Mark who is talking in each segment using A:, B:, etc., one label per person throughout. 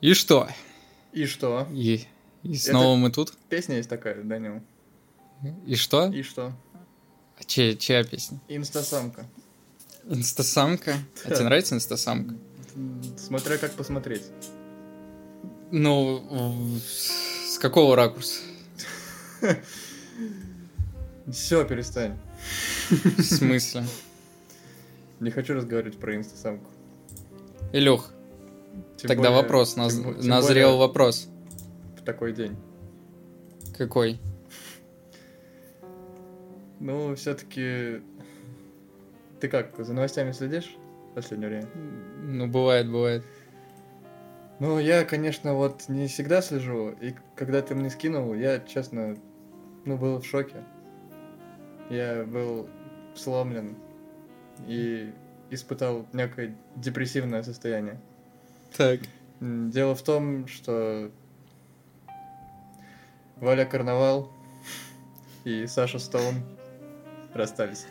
A: И что?
B: И что?
A: И, и снова мы тут?
B: Песня есть такая, Данил.
A: И что?
B: И что?
A: А Чья, чья песня?
B: Инстасамка.
A: Инстасамка? А
B: Да.
A: тебе нравится инстасамка?
B: М, Смотря как посмотреть.
A: Ну, в- с какого ракурса?
B: Все, перестань.
A: В смысле?
B: Не хочу разговаривать про инстасамку.
A: Илюх,
B: Тем
A: тогда
B: более-
A: вопрос, наз-
B: тем бо- тем
A: назрел
B: более
A: вопрос.
B: В такой день.
A: Какой?
B: Ну, все-таки... Ты как, за новостями следишь в последнее время?
A: Ну, бывает, бывает.
B: Ну, я, конечно, вот не всегда слежу, и к- когда ты мне скинул, я, честно, ну, был в шоке. Я был сломлен и испытал некое депрессивное состояние.
A: Так.
B: М, Дело в том, что Валя Карнавал и Саша Стоун расстались.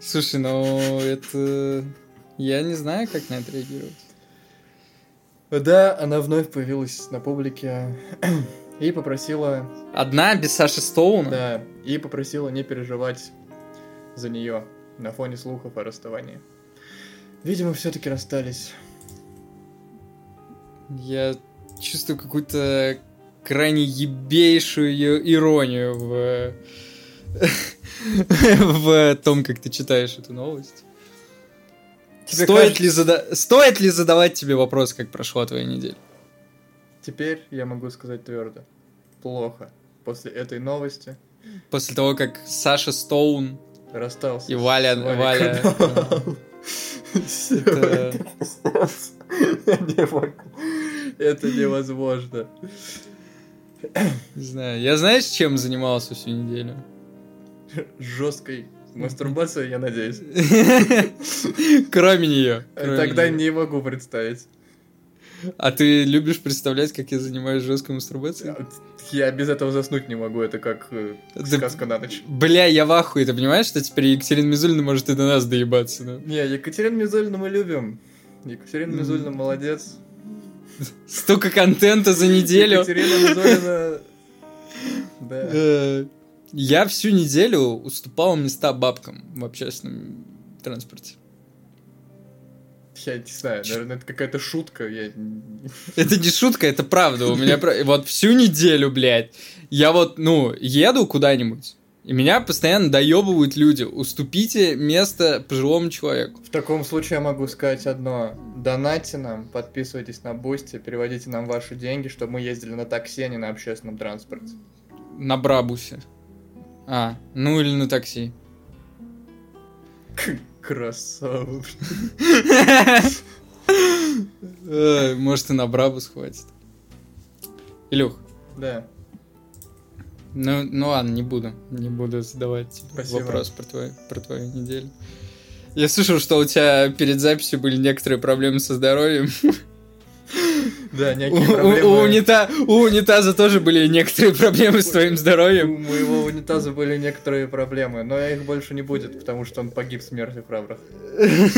A: Слушай, ну это... Я не знаю, как на это реагировать.
B: Да, она вновь появилась на публике и попросила
A: Одна без Саши Стоуна?
B: Да, и попросила не переживать за нее на фоне слухов о расставании. Видимо, все-таки расстались.
A: Я чувствую какую-то крайне ебейшую ее иронию в... в том, как ты читаешь эту новость.
B: Тебе
A: Стоит,
B: кажется-
A: ли зада- Стоит ли задавать тебе вопрос, как прошла твоя неделя?
B: Теперь я могу сказать твердо. Плохо. После этой новости
A: После того, как Саша Стоун
B: расстался.
A: и Валя...
B: с Валей
A: Валя...
B: Карнавал. Всё,
A: Это-
B: это пиздец. Я не могу. Это невозможно.
A: Не знаю. Я знаешь, чем занимался всю неделю?
B: Жесткой мастурбацией, я надеюсь.
A: Кроме нее.
B: Тогда не могу представить.
A: А ты любишь представлять, как я занимаюсь жесткой мастурбацией?
B: Э, Я без этого заснуть не могу, это как э,
A: Да-
B: сказка на ночь.
A: Бля, я в ахуе, ты понимаешь, что теперь Екатерина Мизулина может и до нас доебаться, да?
B: Не, Екатерину Мизулину мы любим. Екатерина
A: М.
B: Мизулина молодец.
A: Столько контента за неделю.
B: Екатерина Мизулина... Да.
A: Э, Я всю неделю уступал места бабкам в общественном транспорте.
B: Я не знаю, наверное, это какая-то шутка. Я...
A: Это не шутка, это правда. У меня про- вот всю неделю, блядь, я вот, ну, еду куда-нибудь, и меня постоянно доебывают люди. Уступите место пожилому человеку.
B: В таком случае я могу сказать одно. Донайте нам, подписывайтесь на Бусти, переводите нам ваши деньги, чтобы мы ездили на такси, а не на общественном транспорте.
A: На брабусе. А, ну или на такси.
B: К- Красава.
A: Э, Может, и на брабус хватит. Илюх,
B: Да.
A: ну, ну ладно, не буду. Не буду задавать тебе
B: Спасибо.
A: вопрос про, твою- про твою неделю. Я слышал, что у тебя перед записью были некоторые проблемы со здоровьем.
B: Да,
A: У,
B: некие
A: у- у
B: проблемы...
A: унита- у унитаза тоже были некоторые проблемы с твоим
B: У
A: здоровьем.
B: моего унитаза были некоторые проблемы, но их больше не будет, потому что он погиб смертью храбрых.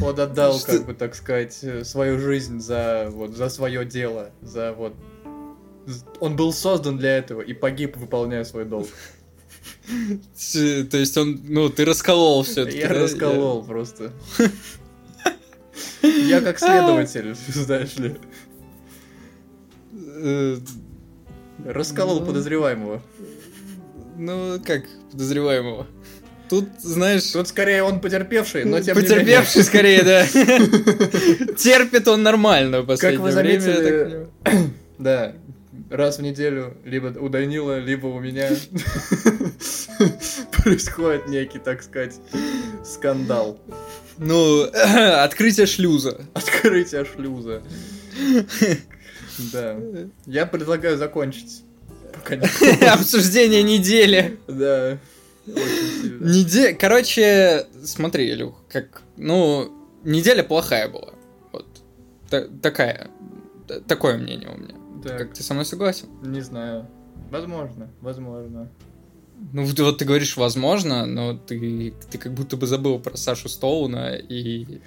B: Он отдал,
A: Что-
B: как бы так сказать, э, свою жизнь за вот за свое дело, за вот. з- Он был создан для этого и погиб, выполняя свой долг.
A: Т- То есть он, ну, ты расколол все-таки.
B: Я расколол просто. Я как следователь, знаешь ли,
A: Э,
B: расколол
A: Ну.
B: подозреваемого.
A: Ну, как подозреваемого. Тут, знаешь,
B: Тут скорее он потерпевший, но Ну, тем не менее.
A: потерпевший скорее, да. Терпит он нормально в последнее
B: вы
A: время,
B: заметили,
A: я так понимаю.
B: Да. Раз в неделю, либо у Данила, либо у меня происходит некий, так сказать, скандал.
A: Ну, открытие шлюза.
B: Открытие шлюза. Да. Я предлагаю закончить. Пока не-
A: Обсуждение недели.
B: Да. Очень сильно.
A: Неде... Короче, смотри, Илюх, как... Ну, неделя плохая была. Вот. Та- такая. Та- такое мнение у меня.
B: Так,
A: Как ты со мной согласен?
B: не знаю. Возможно, возможно.
A: Ну, вот, вот ты говоришь, возможно, но ты, ты как будто бы забыл про Сашу Стоуна и...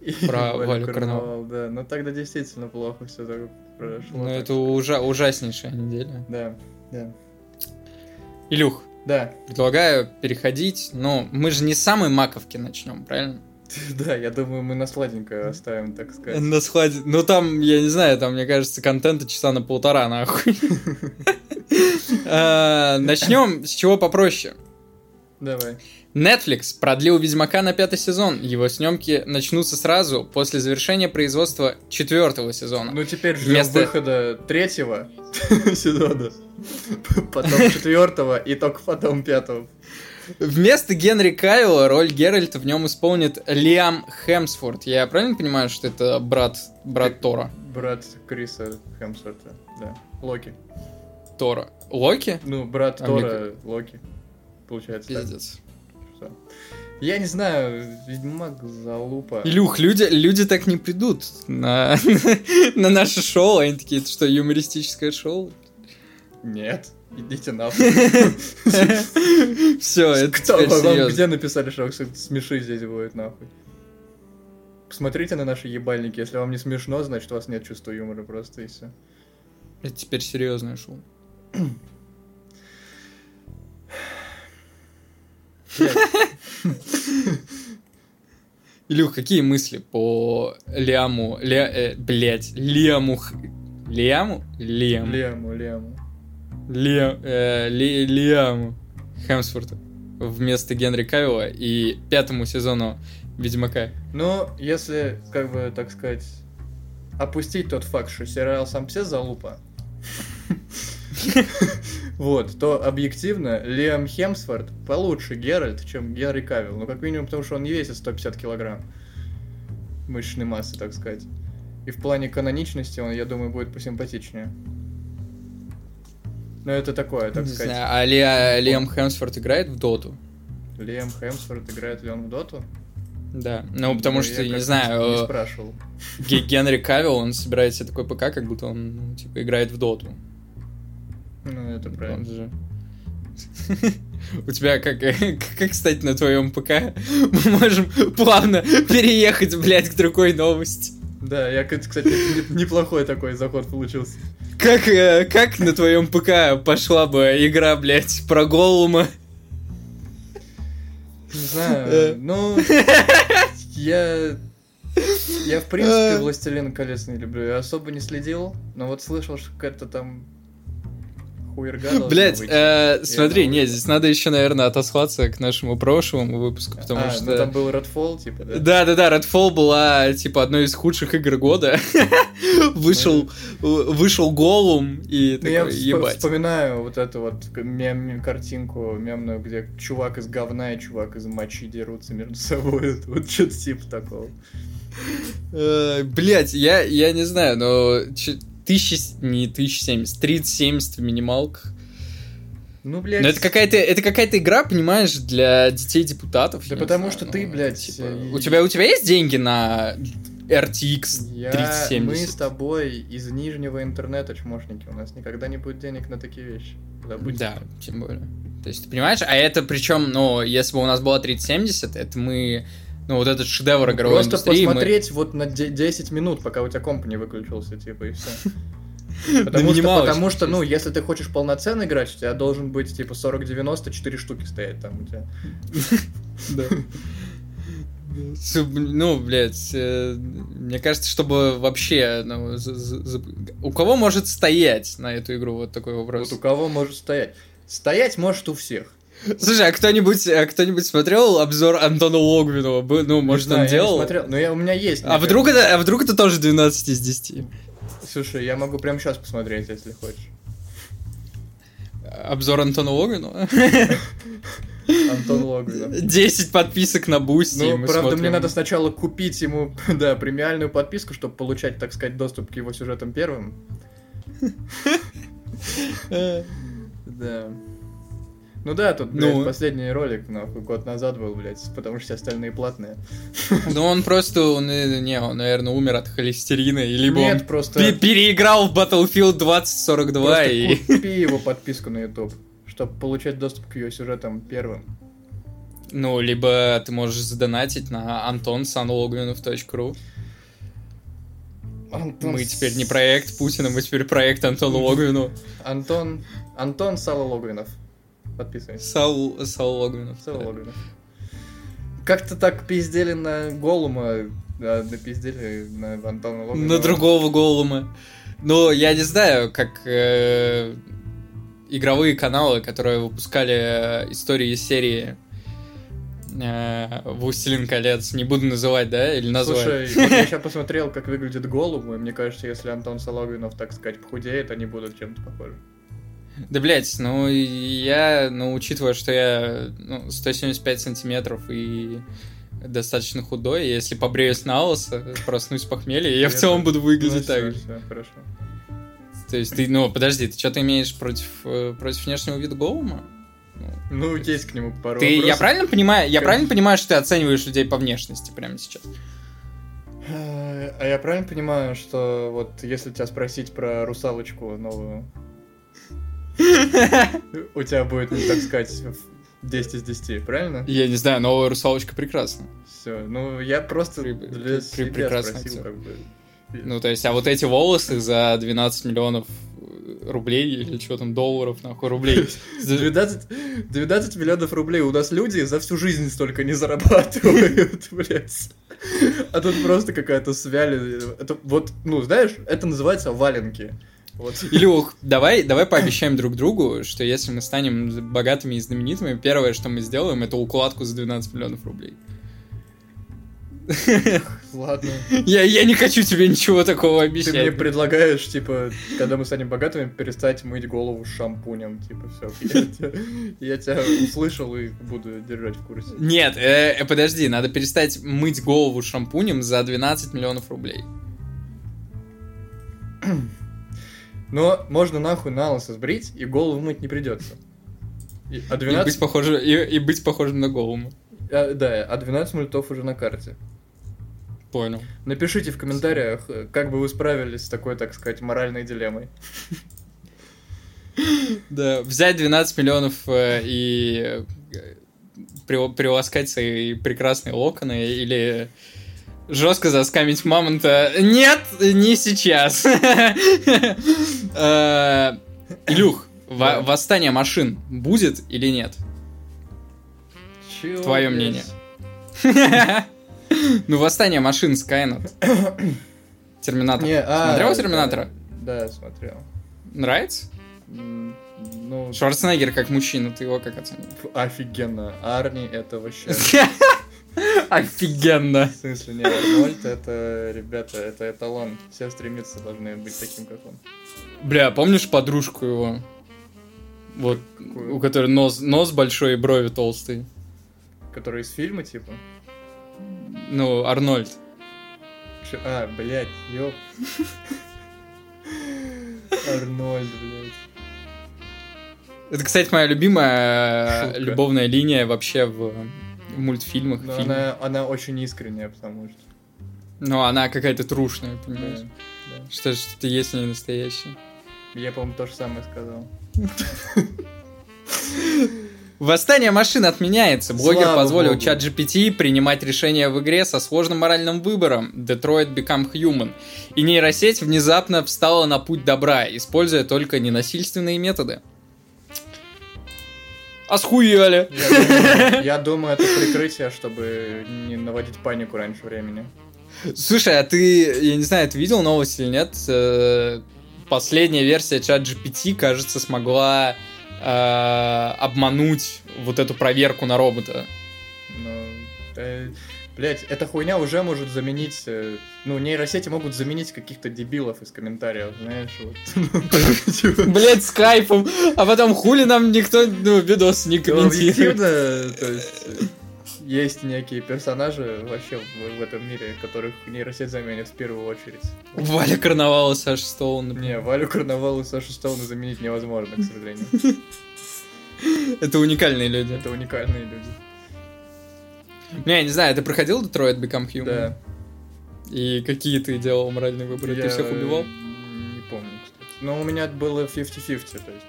B: И
A: Про Валю Карнавал.
B: Да, но тогда действительно плохо все так произошло.
A: Ну,
B: так
A: это
B: что-
A: ужа- ужаснейшая неделя.
B: Да, да.
A: Илюх,
B: Да,
A: предлагаю переходить, но мы же не с самой маковки начнем, правильно?
B: да, я думаю, мы на сладенькое оставим, так сказать.
A: На складе. Ну там, я не знаю, там, мне кажется, контента часа на полтора, нахуй. Начнем с чего попроще.
B: Давай.
A: Netflix продлил Ведьмака на пятый сезон. Его снимки начнутся сразу после завершения производства четвертого сезона.
B: Ну теперь ждем
A: Вместо-
B: выхода третьего сезона, потом четвертого и только потом пятого.
A: Вместо Генри Кайла роль Геральта в нем исполнит Лиам Хемсфорд. Я правильно понимаю, что это брат, брат Тора?
B: Брат Криса Хемсворта, да. Локи.
A: Тора. Локи?
B: Ну, брат
A: А
B: Тора, Локи. Получается так.
A: Пиздец.
B: что. Я не знаю, Ведьмак залупа.
A: Илюх, люди, люди так не придут на, на наше шоу. Они такие, это что, юмористическое шоу?
B: Нет, идите нахуй.
A: Все, это
B: Кто
A: теперь
B: вам- вам
A: серьезно.
B: где написали, что кстати, смеши здесь будет нахуй? Посмотрите на наши ебальники, если вам не смешно, значит у вас нет чувства юмора просто и все.
A: Это теперь серьезное шоу. Илюх, какие мысли по Лиаму, Ля, э, блять, Лиаму, Х- Лиаму, Лиам,
B: Лему, Лему.
A: Лиам, э, Ли- Лиаму Хемсфорту вместо Генри Кавилла и пятому сезону Ведьмака.
B: Ну, если, как бы, так сказать, опустить тот факт, что сериал сам все залупа, вот, то объективно Лиам Хемсворт получше Геральт, чем Генри Кавилл. Ну, как минимум, потому что он не весит 150 килограмм мышечной массы, так сказать. И в плане каноничности он, я думаю, будет посимпатичнее. Но это такое, так
A: Не
B: сказать. Ну,
A: знаю, а Лиа- Лиам Хемсфорд играет в Доту?
B: Лиам Хемсворт играет ли он в Доту?
A: Да, ну потому
B: Ну,
A: что,
B: я
A: я не
B: как-то
A: знаю,
B: Не
A: э,
B: спрашивал.
A: Ге- Генри Кавилл, он собирает себе такой ПК, как будто он, ну, типа, играет в Доту.
B: Ну, это
A: Он
B: правильно.
A: же- У тебя как, э, как, кстати, на твоем ПК мы можем плавно переехать, блядь, к другой новости.
B: Да, я, к- кстати, не- неплохой такой заход получился.
A: Как, э, как на твоем ПК пошла бы игра, блядь, про Голума?
B: Не
A: Э.
B: знаю, ну... Я... Я, в принципе,
A: Э.
B: «Властелин колец» не люблю. Я особо не следил, но вот слышал, что какая-то там хуерга должна
A: Блядь,
B: быть.
A: э, смотри,
B: новость.
A: не, здесь надо еще, наверное, отослаться к нашему прошлому выпуску, потому
B: а,
A: что...
B: ну там был Redfall, типа, да?
A: Да-да-да, Redfall была, типа, одной из худших игр года. Вышел, э, вышел Голум и
B: Ну, я
A: такой,
B: всп-
A: ебать.
B: вспоминаю вот эту вот к- мем- мем- картинку мемную, где чувак из говна и чувак из мочи дерутся между собой. Это Вот что-то типа такого.
A: Э, Блять, я, я не знаю, но че- тысячи, с- не 1070, 3070 в минималках.
B: Ну,
A: Но
B: блядь...
A: это какая-то, это какая-то игра, понимаешь, для детей депутатов.
B: Да
A: я не
B: потому
A: знаю,
B: что
A: ну,
B: ты,
A: это
B: блядь,
A: типа-
B: э,
A: У тебя, у тебя есть деньги на RTX
B: Я,
A: 3070?
B: мы с тобой из нижнего интернета, чмошники. У нас никогда не будет денег на такие вещи. Забудьте.
A: Да, тем более. То есть, ты понимаешь, а это причем, ну, если бы у нас было 3070, это мы, ну, вот этот шедевр игровой
B: Просто
A: индустрии, мы-
B: посмотреть вот на де- 10 минут, пока у тебя комп не выключился, типа, и все.
A: Да
B: Потому, что,
A: минималочка,
B: потому что, ну, если ты хочешь полноценно играть, у тебя должен быть, типа, 40-90, 4 штуки стоять там у тебя.
A: Да. С- Ну, блядь, э, мне кажется, чтобы вообще... ну, за- за- за- У кого может стоять на эту игру вот такой вопрос?
B: Вот у кого может стоять? Стоять может у всех.
A: Слушай, а кто-нибудь, а кто-нибудь смотрел обзор Антона Логвинова? Бы- Ну, может,
B: Не знаю,
A: он
B: я не
A: делал?
B: смотрел, но я, у меня есть.
A: А
B: мне
A: вдруг, это, а вдруг это тоже 12 из 10?
B: кажется. Слушай, я могу прямо сейчас посмотреть, если хочешь.
A: Обзор Антона Логвинова?
B: Антон Логвинов.
A: 10 подписок на Бусти,
B: Ну, правда, мне надо сначала купить ему, да, премиальную подписку, чтобы получать, так сказать, доступ к его сюжетам первым. Да. Ну да, тут, блядь,
A: Ну.
B: последний ролик, нахуй, год назад был, блядь, потому что все остальные платные.
A: Ну, он просто, он, э, не, он, наверное, умер от холестерина, и либо он
B: Нет, просто,
A: Пе- переиграл в Battlefield 2042
B: просто
A: и...
B: купи его подписку на YouTube, чтобы получать доступ к ее сюжетам первым.
A: Ну, либо ты можешь задонатить на antonsanlogwinov.ru.
B: Антон...
A: Мы
B: с-
A: теперь не проект Путина, мы теперь проект Антона Логвину.
B: Антон... Антон Сало Логвинов. Подписывайся.
A: Сал, Сал Логвинов.
B: Сало Логвинов. Как-то так пиздели на Голума, да, напиздели на Антона Логвинова.
A: На другого голума. Но я не знаю, как э, игровые каналы, которые выпускали э, истории из серии э, «Властелин колец», не буду называть, да, или назвать?
B: Слушай, вот я сейчас посмотрел, как выглядит Голум, и мне кажется, если Антон Сологвинов, так сказать, похудеет, они будут чем-то похожи.
A: Да, блядь, ну я, ну, учитывая, что я ну, 175 сантиметров и достаточно худой, если побреюсь на лысо, проснусь с похмелья, я в
B: Это-
A: целом буду выглядеть
B: Ну,
A: так
B: всё,
A: же.
B: всё, хорошо.
A: То есть ты, ну, подожди, ты что-то имеешь против, э, против внешнего вида голума?
B: Ну, есть к нему пару
A: Ты, я
B: вопросов.
A: правильно понимаю, я
B: Конечно.
A: правильно понимаю, что ты оцениваешь людей по внешности прямо сейчас?
B: Э, А я правильно понимаю, что вот если тебя спросить про русалочку новую, у тебя будет, ну, так сказать, в 10 из 10, правильно?
A: Я не знаю, новая русалочка прекрасна.
B: Все. Ну, я просто
A: Пре-
B: для
A: пре-
B: себя
A: прекрасно
B: спросил,
A: актер.
B: как бы.
A: Ну, то есть, а вот эти волосы за 12 миллионов э, рублей или что там, долларов, нахуй, рублей. За-
B: 12, 12 миллионов рублей у нас люди за всю жизнь столько не зарабатывают, блядь. А тут просто какая-то свяли. Это вот, ну, знаешь, это называется валенки. Вот.
A: Илюх, давай, давай пообещаем друг другу, что если мы станем богатыми и знаменитыми, первое, что мы сделаем, это укладку за 12 миллионов рублей.
B: Ладно.
A: Я, я не хочу тебе ничего такого
B: Ты мне
A: обещать.
B: предлагаешь, типа, когда мы станем богатыми, перестать мыть голову шампунем, типа, все. Я, тебя- я тебя услышал и буду держать в курсе.
A: Нет, э, э, подожди, надо перестать мыть голову шампунем за 12 миллионов рублей.
B: Но можно нахуй на лысо сбрить, и голову мыть не придется. И- а
A: И
B: 12
A: быть, похожим, и, и быть похожим на голому.
B: А, да, а 12 мультов уже на карте.
A: Понял.
B: Напишите в комментариях, э, как бы вы справились с такой, так сказать, моральной дилеммой.
A: Да, взять 12 миллионов э, и э, при- приласкать свои прекрасные локоны или жестко заскамить мамонта. Нет, не сейчас. Э, Илюх,
B: Да.
A: во- восстание машин будет или нет?
B: Чё,
A: Твое
B: блядь?
A: мнение. Ну, восстание машин, Skynet. Терминатор.
B: Не, а,
A: Смотрел
B: да,
A: Терминатора?
B: Да, смотрел.
A: Нравится?
B: М, Ну,
A: Шварценеггер как мужчина, ты его как оценил?
B: ф- офигенно. Арни это вообще...
A: Офигенно.
B: В смысле, не Арнольд, это, ребята, это эталон. Все стремиться должны быть таким, как он.
A: Бля, помнишь подружку его? Вот,
B: Какую?
A: у которой нос, нос большой и брови толстые.
B: Который из фильма, типа?
A: Ну, Арнольд.
B: Чё- А, блядь, ёп. Арнольд, блядь.
A: Это, кстати, моя любимая э,
B: Шутка.
A: любовная линия вообще в, в мультфильмах.
B: Но
A: фильмах.
B: Ну, она, она очень искренняя, потому что...
A: Но она какая-то трушная,
B: да,
A: понимаешь?
B: да.
A: Что ж ты есть не настоящий.
B: Я, по-моему, то же самое сказал.
A: Восстание машин отменяется. Блогер
B: Слава
A: позволил
B: богу.
A: чат GPT принимать решения в игре со сложным моральным выбором Detroit Become Human. И нейросеть внезапно встала на путь добра, используя только ненасильственные методы. А схуяли.
B: Я думаю, я думаю, это прикрытие, чтобы не наводить панику раньше времени.
A: Слушай, а ты, я не знаю, ты видел новость или нет? э, Последняя версия чат GPT, кажется, смогла э, обмануть вот эту проверку на робота.
B: Но, э, блядь, эта хуйня уже может заменить... э, ну, нейросети могут заменить каких-то дебилов из комментариев, знаешь, вот.
A: Блять, скайпом. А потом хули нам никто ну, видос не комментирует.
B: Объективно, то есть, э, есть некие персонажи вообще в, в этом мире, которых нейросеть заменит в первую очередь.
A: Валя Карнавала, Саша Стоун. например.
B: Не, Валю Карнавал и Сашу Стоуна заменить невозможно, к сожалению.
A: Это уникальные люди.
B: Это уникальные люди.
A: Не, я не знаю, ты проходил Detroit Become Human?
B: Да.
A: И какие ты делал моральные выборы?
B: Я
A: Ты
B: э,
A: всех убивал?
B: Не помню, кстати. Но у меня было 50-50, то есть.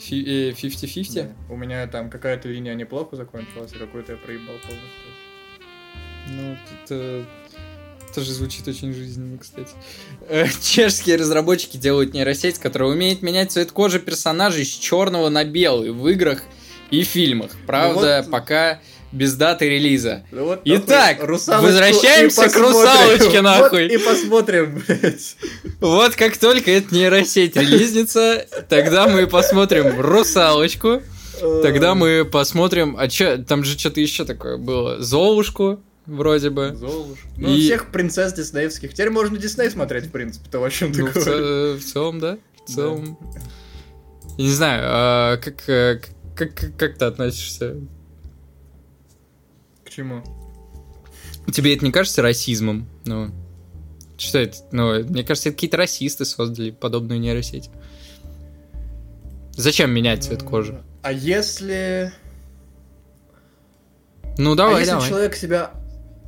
A: Фи- э, 50-50?
B: Да. У меня там какая-то линия неплохо закончилась, а какую-то я проебал полностью.
A: Ну, это тоже звучит очень жизненно, кстати. Э, Чешские разработчики делают нейросеть, которая умеет менять цвет кожи персонажей с черного на белый в играх и фильмах. Правда,
B: Ну вот-
A: пока без даты релиза.
B: Ну вот, нахуй,
A: Итак,
B: русалочку
A: возвращаемся
B: и
A: к
B: посмотрим.
A: русалочке,
B: Вот
A: нахуй.
B: и посмотрим, блядь.
A: Вот как только эта нейросеть релизнится, тогда мы посмотрим «Русалочку», тогда мы посмотрим... А чё, там же что-то еще такое было. «Золушку» вроде бы.
B: Золушка. Ну,
A: И-
B: всех принцесс диснеевских. Теперь можно Дисней смотреть, в принципе, то, о чем ты
A: Ну, в,
B: говоришь.
A: ц- в целом, да? В целом. Я не знаю, а как, э, как, как, как ты относишься?
B: К чему?
A: Тебе это не кажется расизмом? Ну, что это? Ну, мне кажется, это какие-то расисты создали подобную нейросеть. Зачем менять цвет кожи?
B: А если...
A: Ну,
B: а
A: давай,
B: если
A: давай.
B: человек себя,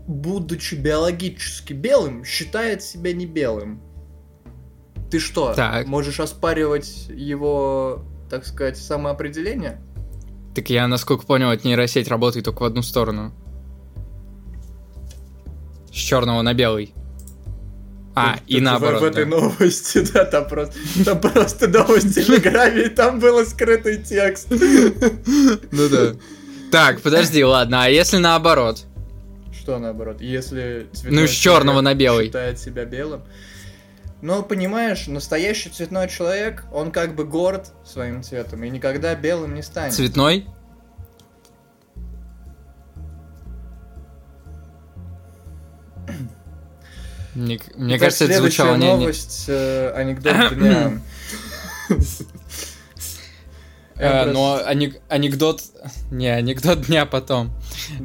B: будучи биологически белым, считает себя не белым? Ты что,
A: Так.
B: можешь оспаривать его, так сказать, самоопределение?
A: Так я, насколько понял, эта нейросеть работает только в одну сторону. С черного на белый. А,
B: Тут-
A: и
B: тут в-
A: наоборот.
B: В этой
A: да.
B: новости, да, там просто, там просто новость в Телеграме, и там был скрытый текст.
A: Ну да. Так, подожди, ладно, а если наоборот?
B: Что наоборот, если цветной
A: Ну, с черного на белый.
B: считает себя белым. Но, понимаешь, настоящий цветной человек, он как бы горд своим цветом и никогда белым не станет.
A: Цветной? Мне, к- мне
B: Итак,
A: кажется, это
B: следующая
A: звучало не... не-
B: новость, э, анекдот дня. Я
A: Э, но
B: просто-
A: анек- анекдот... Не, анекдот дня потом.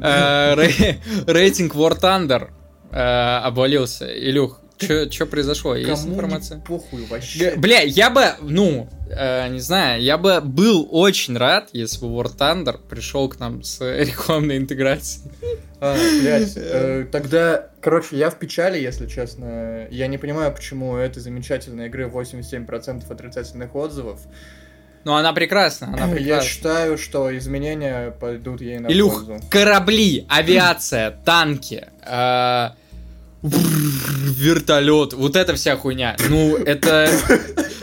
A: Э, рей- Рейтинг War Thunder э, обвалился. Илюх, что произошло? Есть
B: Кому не
A: информация?
B: похуй вообще.
A: Г- Бля, я бы, ну, э, не знаю, я бы был очень рад, если бы War Thunder пришел к нам с э, рекламной интеграцией.
B: А, блядь, э, тогда, короче, я в печали, если честно. Я не понимаю, почему у этой замечательной игры 87% отрицательных отзывов.
A: Ну, она прекрасна, она
B: Я
A: прекрасна.
B: считаю, что изменения пойдут ей на
A: Илюх,
B: пользу.
A: корабли, авиация, танки, э, вертолет, вот эта вся хуйня. Ну, это...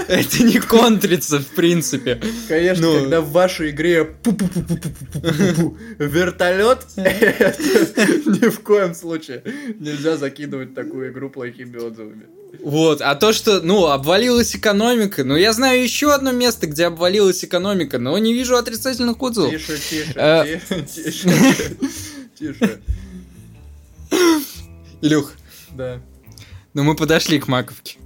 A: Это не контрится, в принципе.
B: Конечно,
A: ну.
B: когда в вашей игре пу-пу-пу-пу-пу-пу-пу-пу вертолет, это ни в коем случае нельзя закидывать такую игру плохими отзывами.
A: Вот, а то, что, ну, обвалилась экономика, ну, я знаю еще одно место, где обвалилась экономика, но не вижу отрицательных отзывов.
B: Тише, тише,
A: Э.
B: ти- тише, тише,
A: Илюх,
B: да.
A: Ну, мы подошли к маковке.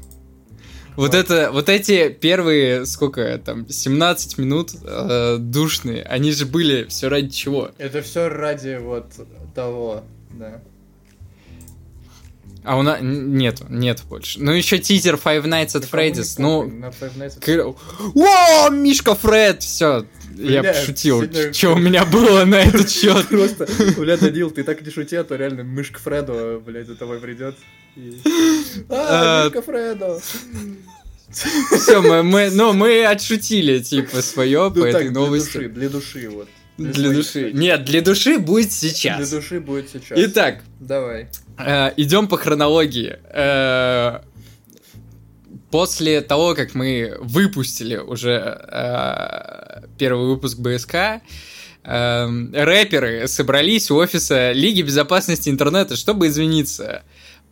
A: Вот
B: Ладно.
A: это, вот эти первые, сколько там, 17 минут э, душные, они же были все ради чего.
B: Это все ради вот того, да.
A: А у нас нет, нет больше. Ну, еще тизер Five Nights at
B: Никому не
A: Freddy's.
B: похуй,
A: Ну,
B: на Five Nights at
A: к- о, Мишка Фред, все. Я
B: Бля,
A: пошутил,
B: сегодня-
A: что у меня было на этот счет.
B: Просто, бля, Данил, ты так не шути, а то реально мышка Фредо, блядь, за тобой придет. и- А,
A: А.
B: мышка Фредо!
A: Все, мы, мы, ну, мы отшутили, типа, свое по
B: Ну так,
A: этой
B: для
A: новости.
B: души, для души, вот.
A: Для
B: своих,
A: души.
B: кстати.
A: Нет, для души будет
B: Для
A: сейчас.
B: души будет сейчас.
A: Итак,
B: Давай.
A: идем Э, по хронологии. Э, После того, как мы выпустили уже э, первый выпуск БСК, э, рэперы собрались у офиса Лиги Безопасности Интернета, чтобы извиниться.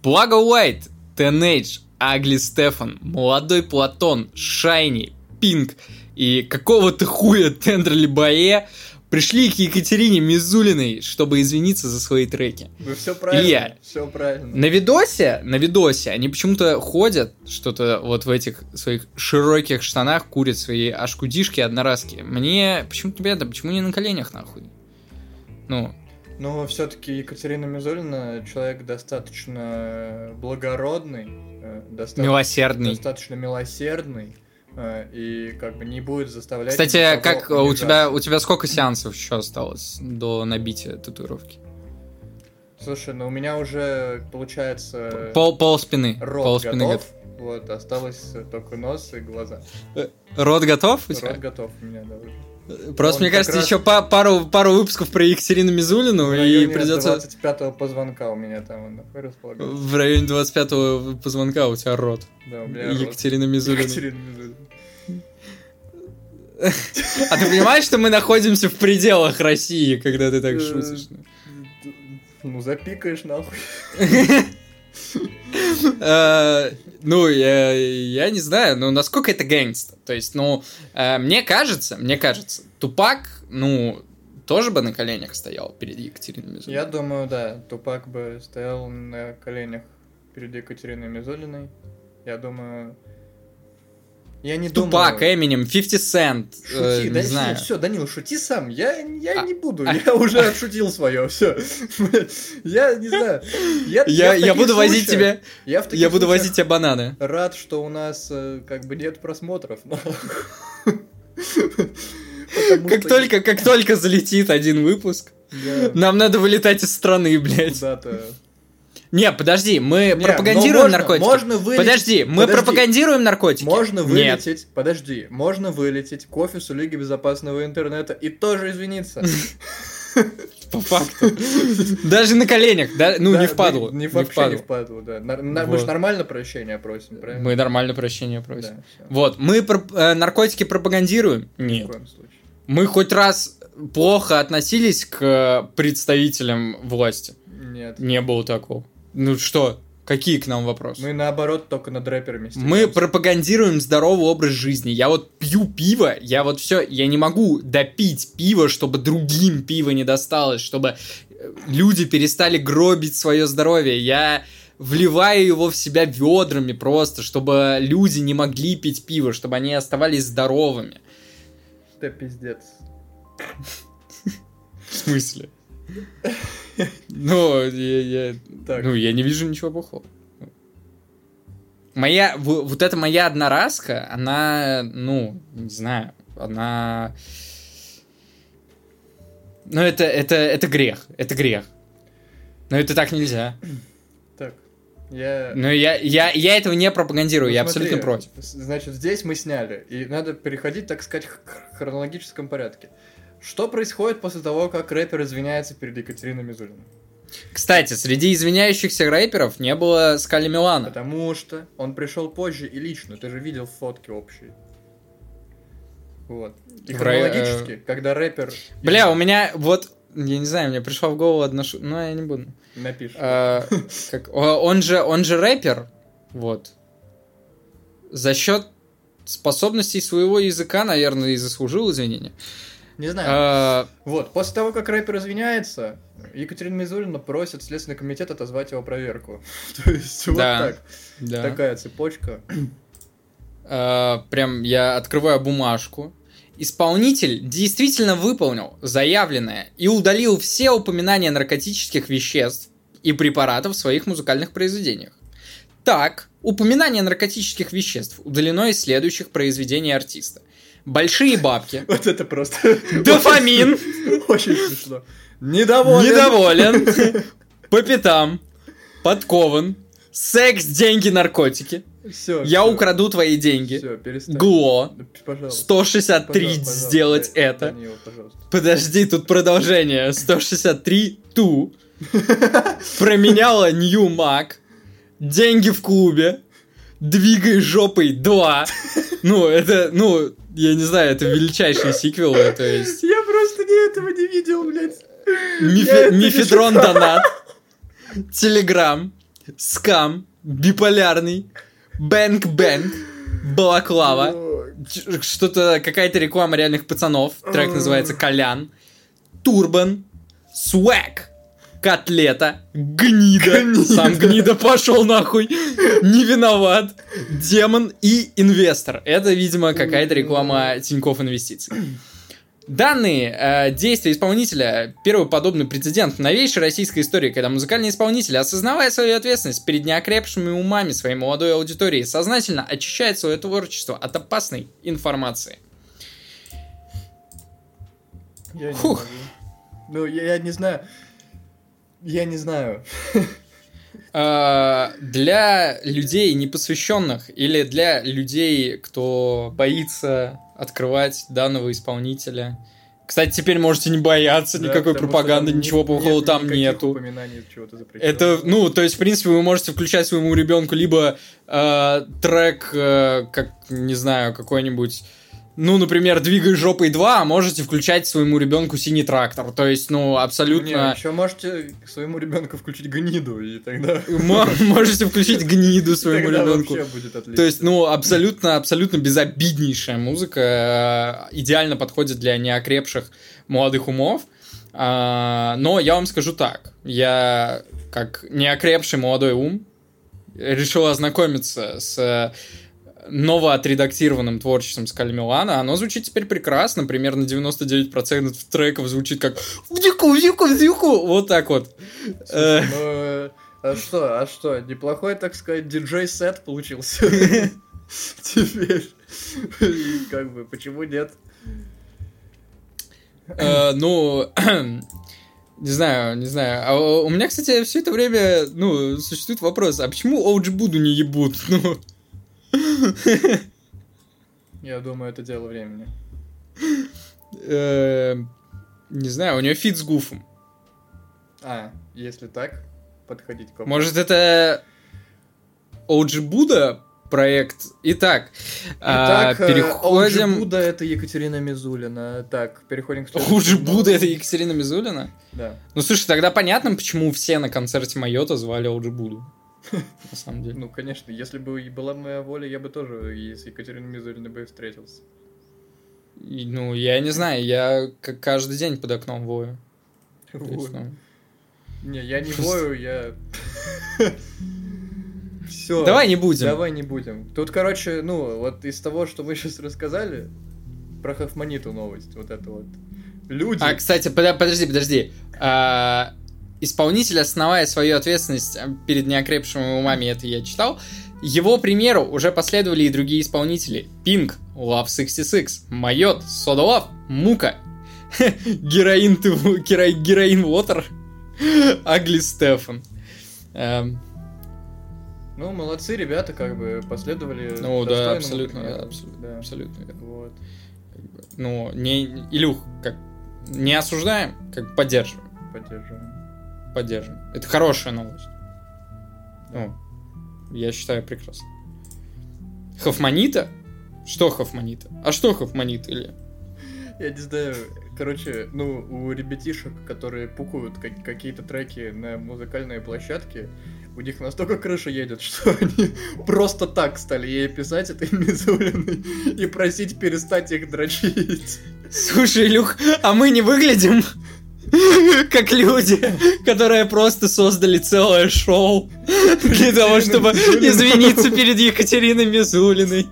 A: Благо Уайт, Тенейдж, Агли Стефан, Молодой Платон, Шайни, Пинг и какого-то хуя Тендерли Бае пришли к Екатерине Мизулиной, чтобы извиниться за свои треки.
B: Ну все правильно.
A: Илья.
B: Все правильно.
A: На видосе, на видосе они почему-то ходят, что-то вот в этих своих широких штанах курят свои ашкудишки одноразки. Мне почему-то непонятно, почему не на коленях нахуй? Ну,
B: Но все-таки Екатерина Мизулина человек достаточно благородный, э, достаточно
A: милосердный.
B: достаточно милосердный э, и как бы не будет заставлять.
A: Кстати,
B: никого
A: как э, у
B: унижаться.
A: тебя, у тебя сколько сеансов еще осталось до набития татуировки?
B: Слушай, ну у меня уже получается.
A: Пол, пол спины.
B: рот
A: пол спины
B: готов. Вот, осталось только нос и глаза.
A: Рот готов у тебя?
B: Рот готов у меня, да, уже.
A: Просто,
B: Он
A: мне
B: как
A: кажется,
B: раз-
A: еще па- пару, пару выпусков про Екатерину Мизулину,
B: В
A: Ну, и
B: районе
A: придется
B: 25-го позвонка у меня там он нахуй располагался.
A: в районе 25-го позвонка у тебя рот.
B: Да, у меня рот.
A: Екатерина Мизулина.
B: Екатерина Мизулина.
A: А ты понимаешь, что мы находимся в пределах России, когда ты так
B: Э,
A: шутишь?
B: Ну, запикаешь нахуй.
A: Э, Ну, я я не знаю, ну, насколько это гэнгста. То есть, ну, э, мне кажется, мне кажется, Тупак, ну, тоже бы на коленях стоял перед Екатериной Мизулиной.
B: Я думаю, да, Тупак бы стоял на коленях перед Екатериной Мизулиной. Я думаю... Я не
A: Тупак, а
B: думаю...
A: Эминем, 50 Cent, э,
B: Шути,
A: не
B: да,
A: знаю.
B: все, Данил, шути сам, я, я
A: А-
B: не буду,
A: а-
B: я уже отшутил свое, все. Я не знаю. Я,
A: Я,
B: в
A: я
B: таких
A: буду возить
B: случаях-
A: тебе,
B: Я, в таких
A: я буду
B: случаях
A: возить тебе бананы.
B: Рад, что у нас э, как бы нет просмотров. но- Потому
A: Как
B: что
A: только, как только залетит один выпуск,
B: я
A: нам надо вылетать из страны, блядь.
B: Куда-то.
A: Не, подожди, мы
B: Не,
A: пропагандируем
B: но можно-
A: наркотики.
B: Можно вылететь.
A: Подожди, мы
B: подожди.
A: пропагандируем наркотики.
B: Можно
A: Нет.
B: вылететь, подожди, можно вылететь к офису Лиги Безопасного Интернета и тоже извиниться.
A: По факту. Даже на коленях, да, ну
B: Да,
A: не впадло.
B: Не
A: Не
B: вообще не
A: впадло.
B: впадло, да. Нар- на- Мы же
A: Вот.
B: нормально прощения просим, правильно?
A: Мы нормально прощения просим.
B: Да, всё.
A: Вот, мы про- э, наркотики пропагандируем?
B: Ни
A: Нет.
B: в коем случае.
A: Мы хоть раз плохо относились к э, представителям власти?
B: Нет.
A: Не было такого. Ну что, какие к нам вопросы?
B: Мы наоборот только над рэперами
A: Мы
B: стебемся.
A: пропагандируем здоровый образ жизни. Я вот пью пиво, я вот все, я не могу допить пиво, чтобы другим пиво не досталось, чтобы э, люди перестали гробить свое здоровье. Я вливаю его в себя ведрами просто, чтобы люди не могли пить пиво, чтобы они оставались здоровыми.
B: Да пиздец.
A: В смысле? Ну, я, я-
B: Так.
A: ну, я не вижу ничего плохого. Моя, в- вот эта моя одноразка, она, ну, не знаю, она... Ну, это, это, это грех, это грех. Но это так нельзя.
B: Так. Я...
A: Но я, я, я этого не пропагандирую,
B: Ну,
A: я
B: смотри,
A: абсолютно против.
B: с- Значит, здесь мы сняли, и надо переходить, так сказать, к х- хронологическом порядке. Что происходит после того, как рэпер извиняется перед Екатериной Мизулиной?
A: Кстати, среди извиняющихся рэперов не было Скали Милана.
B: Потому что он пришел позже и лично, ты же видел фотки общие. Вот. И
A: В рай- э,
B: хронологически, когда рэпер
A: Бля, у меня вот, я не знаю, мне пришла в голову одна шу... Ну, я не буду.
B: напишет.
A: А, как- о, он же, он же рэпер, вот. За счет способностей своего языка, наверное, и заслужил извинения.
B: Не знаю.
A: А,
B: Вот, после того, как рэпер извиняется, Екатерина Мизулина просит Следственный комитет отозвать его проверку. То есть вот
A: Да.
B: так. э,
A: да.
B: Такая цепочка.
A: А, Прям я открываю бумажку. Исполнитель действительно выполнил заявленное и удалил все упоминания наркотических веществ и препаратов в своих музыкальных произведениях. Так, упоминание наркотических веществ удалено из следующих произведений артиста. Большие бабки,
B: Вот это просто...
A: Дофамин.
B: Очень смешно. Недоволен.
A: Недоволен. По пятам. Подкован. Секс, деньги, наркотики.
B: Все.
A: Я украду твои деньги.
B: Все, перестань.
A: Гло.
B: Да, п- Пожалуйста.
A: 163
B: Пожалуйста, пожалуйста,
A: сделать
B: да,
A: это.
B: Данила, пожалуйста.
A: Подожди, тут продолжение. 163 ту. Променяла Нью Мак. Деньги в клубе. Двигай жопой 2. Ну, это, ну, я не знаю, это величайший сиквел, то есть
B: Я просто не этого не видел, блядь.
A: Мифи-
B: Я это не
A: Мифедрон
B: читал.
A: донат. Телеграм. Скам. Биполярный. Бэнк Бэнк. Балаклава.
B: Ой,
A: ч- Что-то, какая-то реклама реальных пацанов. Трек называется «Колян». Турбан. Свэк. Котлета. Гнида.
B: Гнида.
A: Сам Гнида пошел нахуй. Не виноват. Демон и инвестор. Это, видимо, какая-то реклама Тинькофф Инвестиций. Данные э, действия исполнителя – первый подобный прецедент в новейшей российской истории, когда музыкальные исполнители, осознавая свою ответственность перед неокрепшими умами своей молодой аудитории, сознательно очищают свое творчество от опасной информации.
B: Я не
A: Фух.
B: могу. Ну, я я не знаю. Я не знаю.
A: э, для людей непосвященных или для людей, кто боится открывать данного исполнителя. Кстати, теперь можете не бояться
B: Да,
A: никакой
B: потому что
A: пропаганды,
B: там
A: ничего
B: нет-
A: плохого
B: нет
A: там
B: никаких
A: нету.
B: упоминаний чего-то запрещенного.
A: Это, ну, то есть, в принципе, вы можете включать своему ребенку либо э, трек, э, как, не знаю, какой-нибудь, ну, например, «Двигай жопой 2», а можете включать своему ребенку «Синий трактор». То есть, ну, абсолютно...
B: еще можете к своему ребенку включить гниду, и тогда...
A: Мо- Можете включить гниду своему
B: тогда
A: ребенку.
B: вообще будет отлично.
A: То есть, ну, абсолютно, абсолютно безобиднейшая музыка, э, идеально подходит для неокрепших молодых умов. А, Но я вам скажу так, я как неокрепший молодой ум решил ознакомиться с э, новоотредактированным творчеством Скаль Милана. Оно звучит теперь прекрасно, примерно 99% треков звучит как «Вдюку, вдюку, вдюку!» Вот так вот. Э,
B: Слушай, ну, э, а что, а что, неплохой, так сказать, диджей-сет получился. Теперь. И Как бы, почему нет?
A: Э, ну, не знаю, не знаю. А у у меня, кстати, все это время, ну, существует вопрос, а почему Оуджи Буду не ебут? Ну,
B: Я думаю, это дело времени.
A: э, не знаю, у нее фит с гуфом.
B: А, если так, подходить к вопросу.
A: Может, это Оуджи Буда проект? Итак, а,
B: Итак, э, Оуджи
A: переходим...
B: Буда это Екатерина Мизулина. Так, переходим к следующему
A: Оуджи Буда — это
B: новости.
A: Екатерина Мизулина?
B: Да.
A: Ну, слушай, тогда понятно, почему все на концерте Майота звали Оуджи Буду. На самом деле.
B: Ну, конечно, если бы и была моя воля, я бы тоже и с Екатериной Мизулиной бы встретился.
A: И, Ну, я не знаю, я к- каждый день под окном вою. То есть,
B: Вот.
A: ну,
B: Не, я не
A: Просто-
B: вою, я... Все.
A: Давай не будем.
B: Давай не будем. Тут, короче, ну, вот из того, что мы сейчас рассказали, про Хафманиту новость, вот это вот. Люди...
A: А, кстати, подо- подожди, подожди. А, исполнитель, основая свою ответственность а, перед неокрепшими умами, это я читал, его примеру уже последовали и другие исполнители. Пинг, Love 66, Майот, Soda Love, Мука, Героин, ты, в- геро- Героин Уотер, Агли Стефан. Эм,
B: Ну, молодцы ребята, как бы, последовали...
A: Ну, да,
B: достойному
A: абсолютно,
B: примеру.
A: да, абсолютно.
B: Да.
A: абсолютно верно.
B: Вот.
A: Ну, не, Илюх, как, не осуждаем, как поддерживаем.
B: Поддерживаем.
A: Поддержим. Это хорошая новость. Ну, я считаю прекрасно. Хофманита? Что Хофманита? А что Хофманита, Илья?
B: Я не знаю, короче, ну, у ребятишек, которые пукают как- какие-то треки на музыкальные площадки, у них настолько крыша едет, что они просто так стали ей писать этой Мизулиной и просить перестать их дрочить.
A: Слушай, Илюх, а мы не выглядим как люди, которые просто создали целое шоу для того, чтобы
B: Мизулина.
A: извиниться перед Екатериной Мизулиной.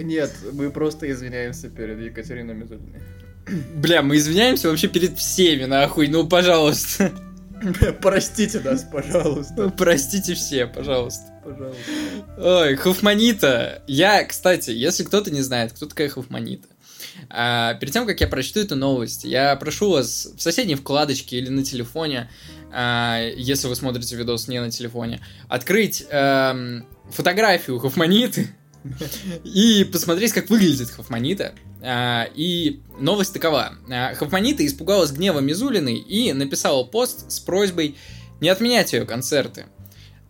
B: Нет, мы просто извиняемся перед Екатериной Мизулиной.
A: Бля, мы извиняемся вообще перед всеми, нахуй, ну, пожалуйста.
B: Простите нас, пожалуйста.
A: Простите все, пожалуйста.
B: Пожалуйста.
A: Ой, Хофманита. Я, кстати, если кто-то не знает, кто такая Хофманита. а, перед тем, как я прочту эту новость, я прошу вас в соседней вкладочке или на телефоне, а, если вы смотрите видос не на телефоне, открыть эм, фотографию Хофманиты и посмотреть, как выглядит Хофманита. А, И новость такова. А, Хофманита испугалась гнева Мизулиной и написала пост с просьбой не отменять ее концерты.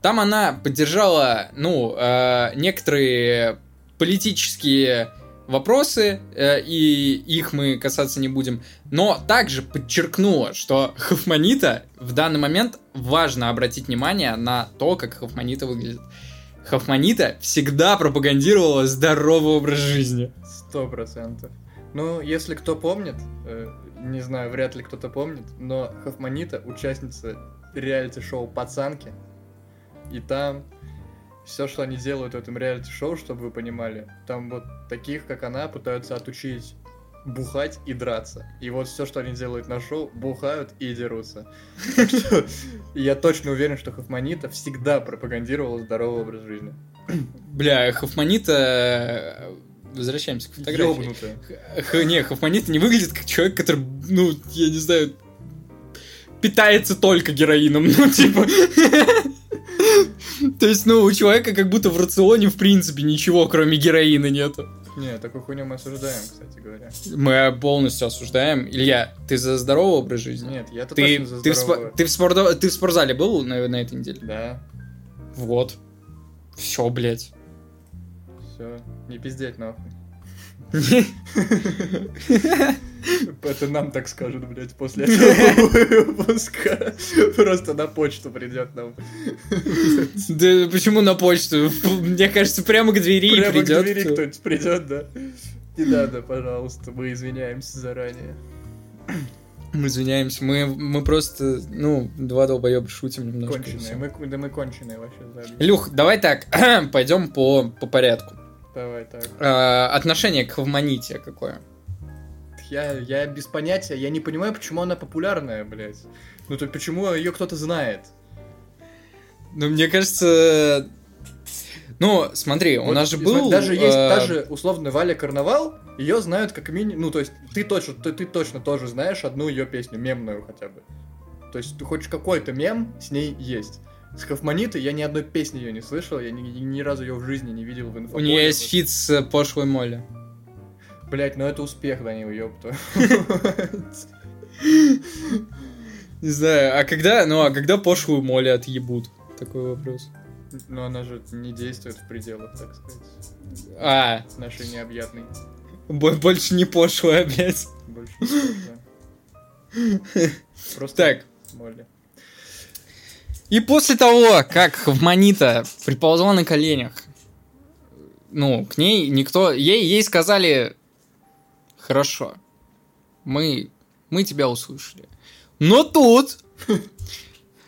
A: Там она поддержала, ну, э, некоторые политические вопросы, э, и их мы касаться не будем, но также подчеркнула, что Хофманита в данный момент важно обратить внимание на то, как Хофманита выглядит. Хофманита всегда пропагандировала здоровый образ жизни.
B: Сто процентов. Ну, если кто помнит, э, не знаю, вряд ли кто-то помнит, но Хафманита участница реалити-шоу «Пацанки». И там все, что они делают в этом реалити-шоу, чтобы вы понимали, там вот таких, как она, пытаются отучить бухать и драться. И вот все, что они делают на шоу, бухают и дерутся. Так что Я точно уверен, что Хафманита всегда пропагандировала здоровый образ жизни.
A: Бля, Хофманита... э, Возвращаемся к фотографии.
B: Ёбнутая.
A: Х- не, Хофманита не выглядит как человек, который, ну, я не знаю, питается только героином. Ну, типа... То есть, ну, у человека как будто в рационе, в принципе, ничего, кроме героина нету.
B: Не, такую хуйню мы осуждаем, кстати говоря.
A: Мы полностью осуждаем. Илья, ты за здоровый образ жизни?
B: Нет, я-то
A: Ты,
B: точно за
A: ты, в спо-
B: здоровую.
A: ты в спорта- ты в спортзале был на, на этой неделе?
B: Да,
A: Вот. Все, блядь.
B: все, не пиздеть нахуй. Это нам так скажут, блядь, после этого выпуска. Просто на почту придет нам.
A: Да почему на почту? Мне кажется, прямо к двери
B: Прямо к
A: придет.
B: двери кто-нибудь придет, да? Не надо, пожалуйста, мы извиняемся заранее.
A: Мы извиняемся, мы, мы просто, ну, два долбоеба шутим немножко. и
B: Конченые,
A: всё.
B: мы, ку- да мы конченые вообще, заебись.
A: Илюх, давай так, пойдем по, по порядку.
B: Давай так.
A: Э, отношение к хавмоните какое?
B: Я, я без понятия, я не понимаю, почему она популярная, блядь. Ну то почему ее кто-то знает?
A: Ну, мне кажется... Ну, смотри, у
B: Вот,
A: нас же
B: смотри,
A: был...
B: Даже есть,
A: э,
B: даже условно Валя Карнавал, ее знают как минимум. Ну, то есть, ты точно, ты, ты точно тоже знаешь одну ее песню, мемную хотя бы. То есть, ты хоть какой-то мем с ней есть. С Хофманиты я ни одной песни ее не слышал, я ни, ни разу ее в жизни не видел в
A: У
B: инфополе.
A: нее есть фит с э, пошлой Молли.
B: Блять, ну это успех, Данил, ёпта.
A: Не знаю, а когда, ну, а когда пошлую Молли отъебут? Такой вопрос.
B: Но она же не действует в пределах, так сказать,
A: А,
B: нашей необъятной.
A: бо- больше не пошлая, блядь.
B: Больше не знаю, да. Просто
A: Так,
B: Молли.
A: И после того, как Хавманита приползла на коленях, ну, к ней никто... Ей, ей сказали, хорошо, мы, мы тебя услышали. Но тут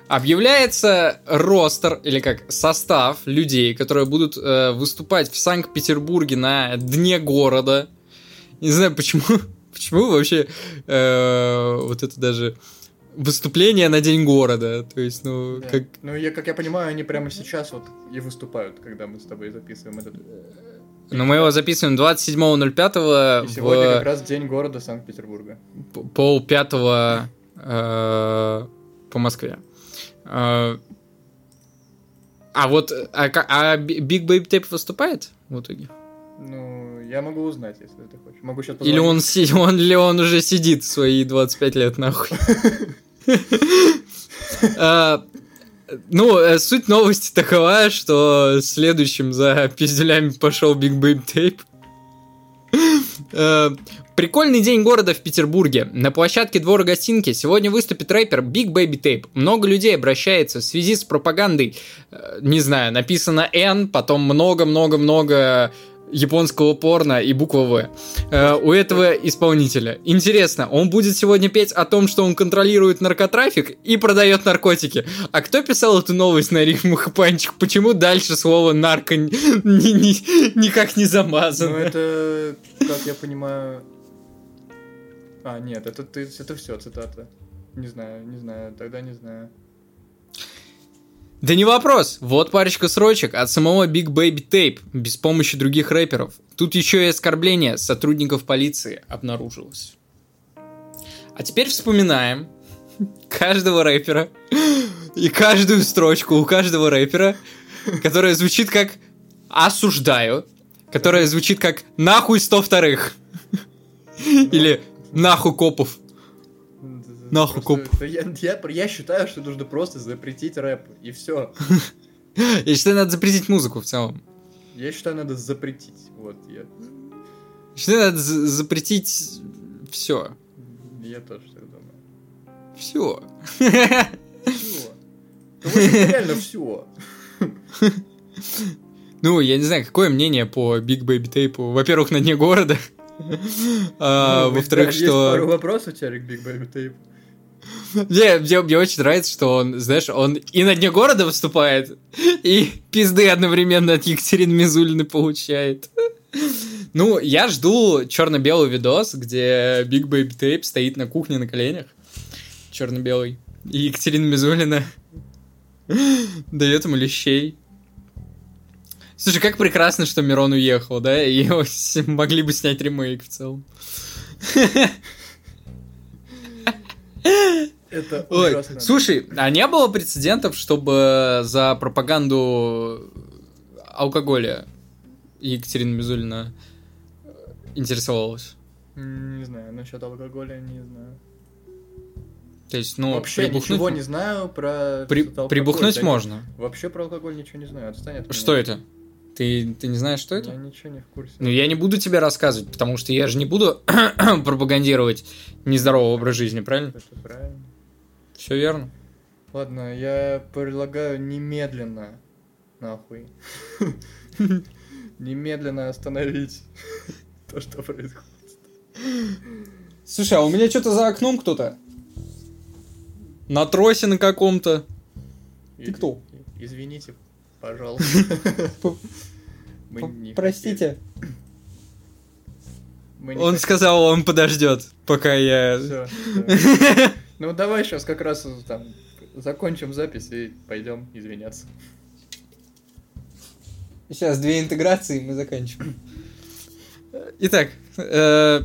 A: объявляется ростер, или как, состав людей, которые будут э, выступать в Санкт-Петербурге на дне города. Не знаю, почему, почему вообще э, вот это даже выступление на день города. То есть, ну,
B: Да.
A: как...
B: Ну, я, как я понимаю, они прямо сейчас вот и выступают, когда мы с тобой записываем этот.
A: Но ну, мы его записываем 27.05
B: И
A: А, в
B: сегодня как раз день города Санкт-Петербурга.
A: п- пол пятого по Москве. Э, а вот, а, ка- а Би- Big Baby Tape выступает в итоге?
B: Ну, я могу узнать, если ты хочешь. Могу сейчас
A: Или он, си- он, ли он уже сидит свои 25 лет нахуй? Э, Ну, э, суть новости такова, что следующим за пиздюлями пошел Биг Бэйб Тейп. Э, Прикольный день города в Петербурге. На площадке двора гостинки сегодня выступит рэпер Big Baby Tape. Много людей обращается в связи с пропагандой. э, Не знаю, написано N, потом много-много-много японского порно и буква В э, у этого исполнителя. Интересно, он будет сегодня петь о том, что он контролирует наркотрафик и продает наркотики. А кто писал эту новость на рифму Хапанчик? Почему дальше слово нарко н- ни- ни- никак не замазано?
B: Ну, это, как я понимаю... А, нет, это, ты, это все цитата. Не знаю, не знаю, тогда не знаю.
A: Да не вопрос. Вот парочка срочек от самого Big Baby Tape, без помощи других рэперов. Тут еще и оскорбление сотрудников полиции обнаружилось. А теперь вспоминаем каждого рэпера и каждую строчку у каждого рэпера, которая звучит как «осуждаю», которая звучит как «нахуй сто вторых» или «нахуй копов».
B: Ну,
A: Нахуй
B: Просто- Я, я, я считаю, что нужно просто запретить рэп, и все.
A: Я считаю, надо запретить музыку в целом.
B: Я считаю, надо запретить. Вот, я,
A: Я считаю, надо за- запретить все.
B: я тоже так думаю.
A: Все.
B: Всё. Да вот это реально все.
A: Ну, я не знаю, какое мнение по Big Baby Tape. Во-первых, на дне города.
B: Ну,
A: А, Во-вторых,
B: Пару
A: что...
B: вопросов у тебя к Big Baby Tape.
A: Мне, мне- мне очень нравится, что он, знаешь, он и на дне города выступает, и пизды одновременно от Екатерины Мизулины получает. Ну, я жду черно-белый видос, где Big Baby Tape стоит на кухне на коленях. Черно-белый. И Екатерина Мизулина дает ему лещей. Слушай, как прекрасно, что Мирон уехал, да? И его с- могли бы снять ремейк в целом.
B: Это
A: Ой,
B: ужасно.
A: слушай, а не было прецедентов, чтобы за пропаганду алкоголя Екатерина Мизулина интересовалась?
B: М, Не знаю, насчет алкоголя не знаю.
A: То есть, ну,
B: Вообще
A: прибухнуть,
B: ничего не знаю про...
A: при-
B: что-то алкоголь,
A: прибухнуть
B: да
A: можно.
B: нет. Вообще про алкоголь ничего не знаю, отстань от меня.
A: Что это? Ты, ты не знаешь, что это?
B: Я ничего не в курсе.
A: Ну, я не буду тебе рассказывать, потому что я же не буду пропагандировать нездоровый образ жизни, правильно?
B: Это правильно.
A: Все верно.
B: Ладно, я предлагаю немедленно, нахуй, немедленно остановить то, что происходит.
A: Слушай, а у меня что-то за окном кто-то? На тросе на каком-то. Ты кто?
B: И- Извините, пожалуйста. Мы не хотели. Мы не
A: Он сказал, он подождет, пока я...
B: хотели. Всё, да. Ну давай сейчас как раз там закончим запись и пойдем извиняться.
A: Сейчас две интеграции, мы заканчиваем. Итак, э,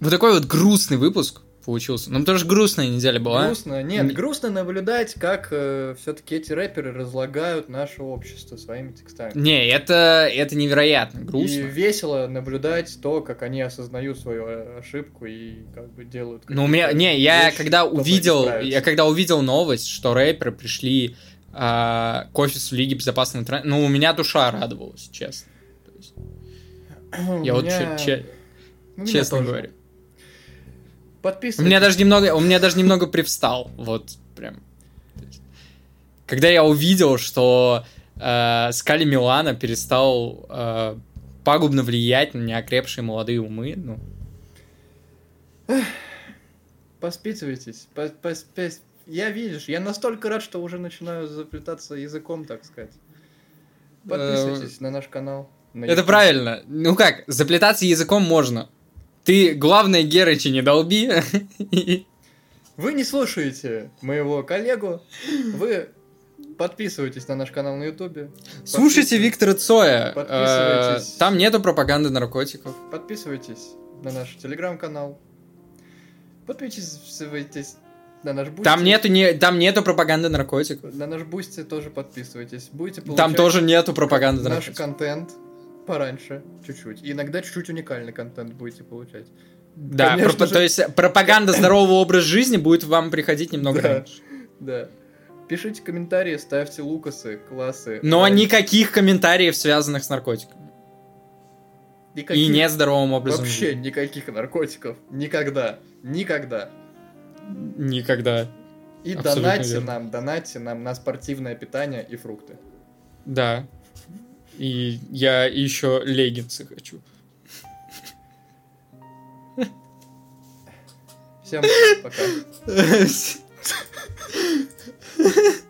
A: вот такой вот грустный выпуск получился. Ну, потому что грустная неделя была.
B: Грустно, нет,
A: Не-
B: грустно наблюдать, как все-таки эти рэперы разлагают наше общество своими текстами.
A: Не, это, это невероятно грустно.
B: И весело наблюдать то, как они осознают свою э, ошибку и как бы делают.
A: Ну, у меня, не, я
B: вещи,
A: когда
B: чтобы
A: увидел,
B: исправиться.
A: я когда увидел новость, что рэперы пришли а, к офису Лиги Безопасного Транспорта, ну, у меня душа радовалась, честно. То есть,
B: Ну, У
A: я вот
B: меня- ну,
A: че- че-
B: у меня
A: честно
B: тоже.
A: говорю. У
B: Подписывайтесь.
A: меня даже немного, у меня даже немного привстал, вот прям. То есть, Когда я увидел, что э, Скали Милана перестал э, пагубно влиять на неокрепшие молодые умы, ну,
B: Поспитывайтесь. пос- пос- пос- Я, видишь, я настолько рад, что уже начинаю заплетаться языком, так сказать. Подписывайтесь на наш канал. на
A: Э, Это
B: YouTube.
A: правильно. Ну как, заплетаться языком можно. Ты, главное, Герыча не долби.
B: Вы не слушаете моего коллегу. Вы подписывайтесь на наш канал на Ютубе.
A: Слушайте
B: Подписывайтесь.
A: Виктора Цоя. Э,
B: Подписывайтесь.
A: Там нету пропаганды наркотиков.
B: Подписывайтесь на наш телеграм-канал. Подписывайтесь на наш бусти.
A: Там нету, не, там нету пропаганды наркотиков.
B: На наш бусти тоже подписывайтесь. Будете получать
A: Там тоже нету пропаганды
B: наш
A: наркотиков.
B: контент пораньше, чуть-чуть. И иногда чуть-чуть уникальный контент будете получать.
A: Да,
B: Конечно
A: пропа-
B: же.
A: то есть пропаганда здорового образа жизни будет вам приходить немного
B: Да.
A: раньше.
B: Да. Пишите комментарии, ставьте лукасы, классы.
A: Но
B: лайки.
A: никаких комментариев, связанных с наркотиками.
B: Никаких-
A: И нездоровым образом
B: Вообще
A: жизни.
B: никаких наркотиков. Никогда. Никогда.
A: Никогда.
B: И
A: Абсолютно
B: донатьте
A: верно.
B: нам, донатьте нам на спортивное питание и фрукты.
A: Да. И я еще леггинсы хочу.
B: Всем пока.
A: Всем